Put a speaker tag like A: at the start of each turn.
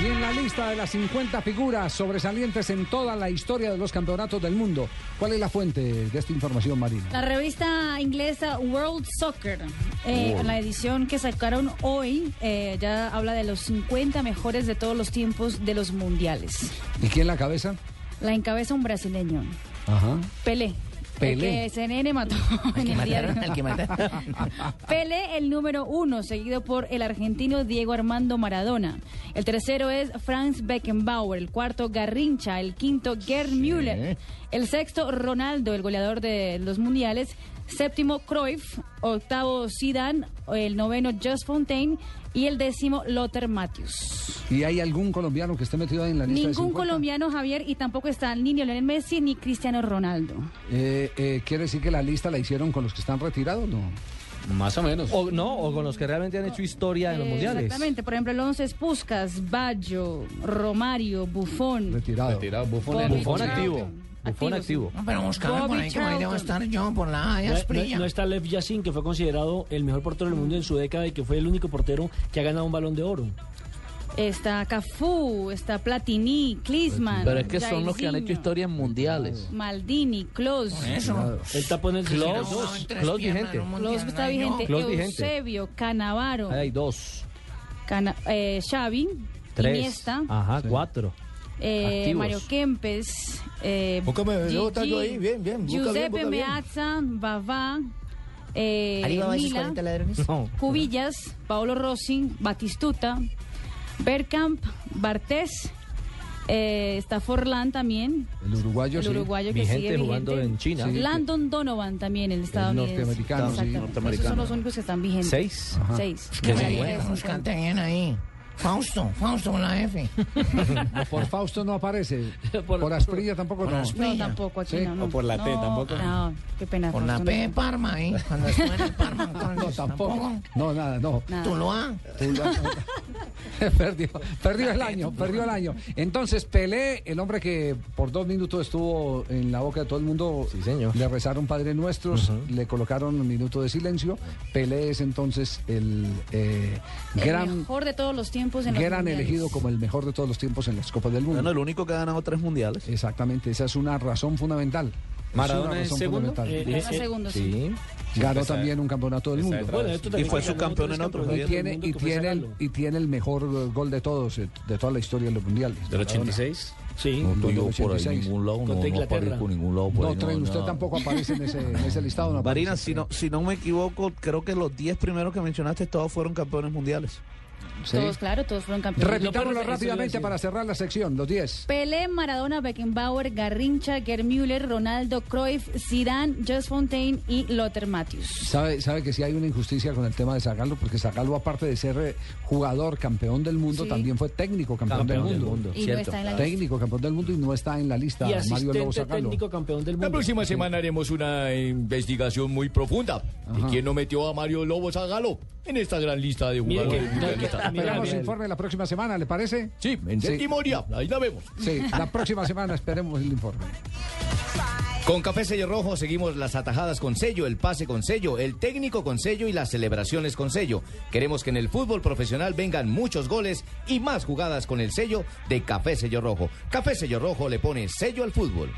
A: Y en la lista de las 50 figuras sobresalientes en toda la historia de los campeonatos del mundo, ¿cuál es la fuente de esta información, Marina?
B: La revista inglesa World Soccer, eh, la edición que sacaron hoy, eh, ya habla de los 50 mejores de todos los tiempos de los mundiales.
A: ¿Y quién la cabeza?
B: La encabeza un brasileño,
A: Ajá.
B: Pelé.
A: Pelé.
B: El que CNN mató. en
C: que
B: el día de
C: mataron,
B: hoy.
C: al que mataron.
B: Pelé el número uno, seguido por el argentino Diego Armando Maradona. El tercero es Franz Beckenbauer, el cuarto Garrincha, el quinto Gerd Müller, el sexto Ronaldo, el goleador de los mundiales, séptimo Cruyff, octavo Zidane, el noveno Just Fontaine y el décimo Lothar Matthews.
A: ¿Y hay algún colombiano que esté metido ahí en la lista? de
B: Ningún
A: 50?
B: colombiano Javier y tampoco están ni Lionel Messi ni Cristiano Ronaldo.
A: Eh, eh, ¿Quiere decir que la lista la hicieron con los que están retirados? No.
D: Más o menos.
E: O, no, o con los que realmente han hecho historia en los
B: Eh,
E: mundiales.
B: Exactamente, por ejemplo, el 11 es Puskas, Baggio, Romario, Buffon.
A: Retirado.
D: Retirado, Buffon
B: Bobby
D: era-
E: Bufón
B: Charlton.
E: activo. Bufón
B: Activo,
E: activo.
C: No, pero buscame por ahí, que por ahí debo estar yo, por la
F: No,
C: Haya
F: no-
C: Esprilla.
F: no está Lev Yashin, que fue considerado el mejor portero del mundo en su década y que fue el único portero que ha ganado un balón de oro.
B: Está Cafú, está Platini, Klinsmann.
G: Pero es que son los que han hecho
B: Jairzinho,
G: historia en mundiales.
B: Maldini, Klose.
C: Por eso. Pues
F: Él tapó en el
C: Era
F: Clos.
C: un lado en tres piernas,
E: Clos vigente.
C: era un mundial,
B: Klose está
C: ay, no.
B: vigente.
E: Klose vigente.
B: Eusebio, Canavaro,
E: Ahí hay dos,
B: Cana- eh, Xavi,
E: tres.
B: Iniesta,
G: Ah,
E: Ajá, cuatro.
B: eh,
E: activos.
B: Mario Kempes, eh,
H: Búscame,
B: Gigi,
H: yo botallo ahí, bien, bien, busca bien,
B: Giuseppe
H: busca bien.
B: Meazza, Bavá, eh,
C: Arriba va esos
B: Mila.
C: 40 ladrones.
E: No.
B: Cubillas, Paolo Rossi, Batistuta, Bergkamp, Bartés, eh, está Forlán también,
A: El uruguayo,
B: el
A: sí.
B: uruguayo que
E: Vigente
B: sigue
E: jugando
B: vigente.
E: en China.
A: Sí.
B: Landon Donovan también, el estadounidense.
A: norteamericano, sí,
B: Exactamente. Esos son los únicos que están vigentes.
E: Seis.
A: Ajá.
B: Seis.
C: Que
B: Ahí
C: se
B: es.
C: bueno, buscate bien ahí. Fausto, Fausto con la F.
A: No, por Fausto no aparece. Por,
F: Por-
A: Asprilla tampoco
C: por
A: no.
C: Asprilla.
B: No, tampoco aquí
A: Sí,
B: no, no.
H: o por la T,
B: No,
H: tampoco.
B: No, qué pena.
C: Por la
B: Fausto,
C: P de
B: no.
C: Parma ahí. Cuando suena el Parma.
A: No,
C: entonces,
A: tampoco. No, nada, no.
B: Nada.
C: Tuluá.
A: perdió, perdió el año, perdió el año. Entonces, Pelé, el hombre que por dos minutos estuvo en la boca de todo el mundo,
E: Sí, señor.
A: le rezaron Padre Nuestros, le colocaron un minuto de silencio. Pelé es entonces el eh,
B: El
A: gran,
B: mejor de todos los tiempos en los
A: gran
B: mundiales.
A: elegido como el mejor de todos los tiempos en las Copas del Mundo.
D: Bueno, el único que ha ganado tres mundiales.
A: Exactamente, esa es una razón fundamental. Es
E: Maradona
A: una
E: es
A: razón
E: segundo,
A: fundamental.
F: Eh,
B: Más segundos, sí.
E: Sí.
A: Ganó
D: esa-
A: también un campeonato del
D: esa
A: mundo.
D: detrás.
F: Bueno, esto también
D: Y fue
F: ganó
D: subcampeón
F: tres
D: en otro.
F: campeonatos.
A: Y
D: Javier.
A: tiene,
F: del mundo
A: y,
F: que fue
A: tiene el,
F: Zagallo.
A: y tiene el mejor eh, gol de todos, eh, de toda la historia de los mundiales.
D: Del
A: Maradona.
D: 86.
F: Sí.
G: No
A: Con el
G: estoy yo por
A: 86.
G: ahí ningún lado, no,
F: Contra
G: no
F: Inglaterra.
G: aparezco en ningún lado por
A: No,
G: ahí.
A: Tren, usted
G: nada.
A: tampoco aparece en ese, en ese listado. No
D: Marina,
A: aparece.
D: si no, si no me equivoco, creo que los 10 primeros que mencionaste todos fueron campeones mundiales.
A: Sí.
B: Todos, claro, todos fueron campeones.
A: Repitámoslo
F: No, pero-
A: rápidamente
F: eso iba a
A: para cerrar la sección, los 10.
B: Pelé, Maradona, Beckenbauer, Garrincha, Gerd Müller, Ronaldo, Cruyff, Zidane, Just Fontaine y Lothar Matthews.
A: Sabe, sabe que sí hay una injusticia con el tema de Zagallo, porque Zagallo, aparte de ser eh, jugador campeón del mundo,
B: Sí.
A: también fue técnico campeón,
E: Campeón
A: del
E: del
A: mundo.
E: mundo.
B: Y no
E: Cierto.
B: está en la lista.
A: Técnico campeón del mundo y no está en la lista
F: Y
A: Mario Lobo
F: asistente
A: Zagallo.
F: técnico campeón del
H: La
F: mundo.
H: próxima semana haremos una investigación muy profunda de quién no metió a Mario Lobo Zagalo en esta gran lista de
F: Mire
H: jugadores
F: que-
H: mundialistas.
F: Mira,
A: Esperamos
F: Gabriel.
A: informe la próxima semana, ¿le parece?
H: Sí, en
A: Sí.
H: séptimo día, ahí la vemos.
A: Sí, la próxima semana esperemos el informe.
H: Con Café Sello Rojo seguimos las atajadas con sello, el pase con sello, el técnico con sello y las celebraciones con sello. Queremos que en el fútbol profesional vengan muchos goles y más jugadas con el sello de Café Sello Rojo. Café Sello Rojo le pone sello al fútbol.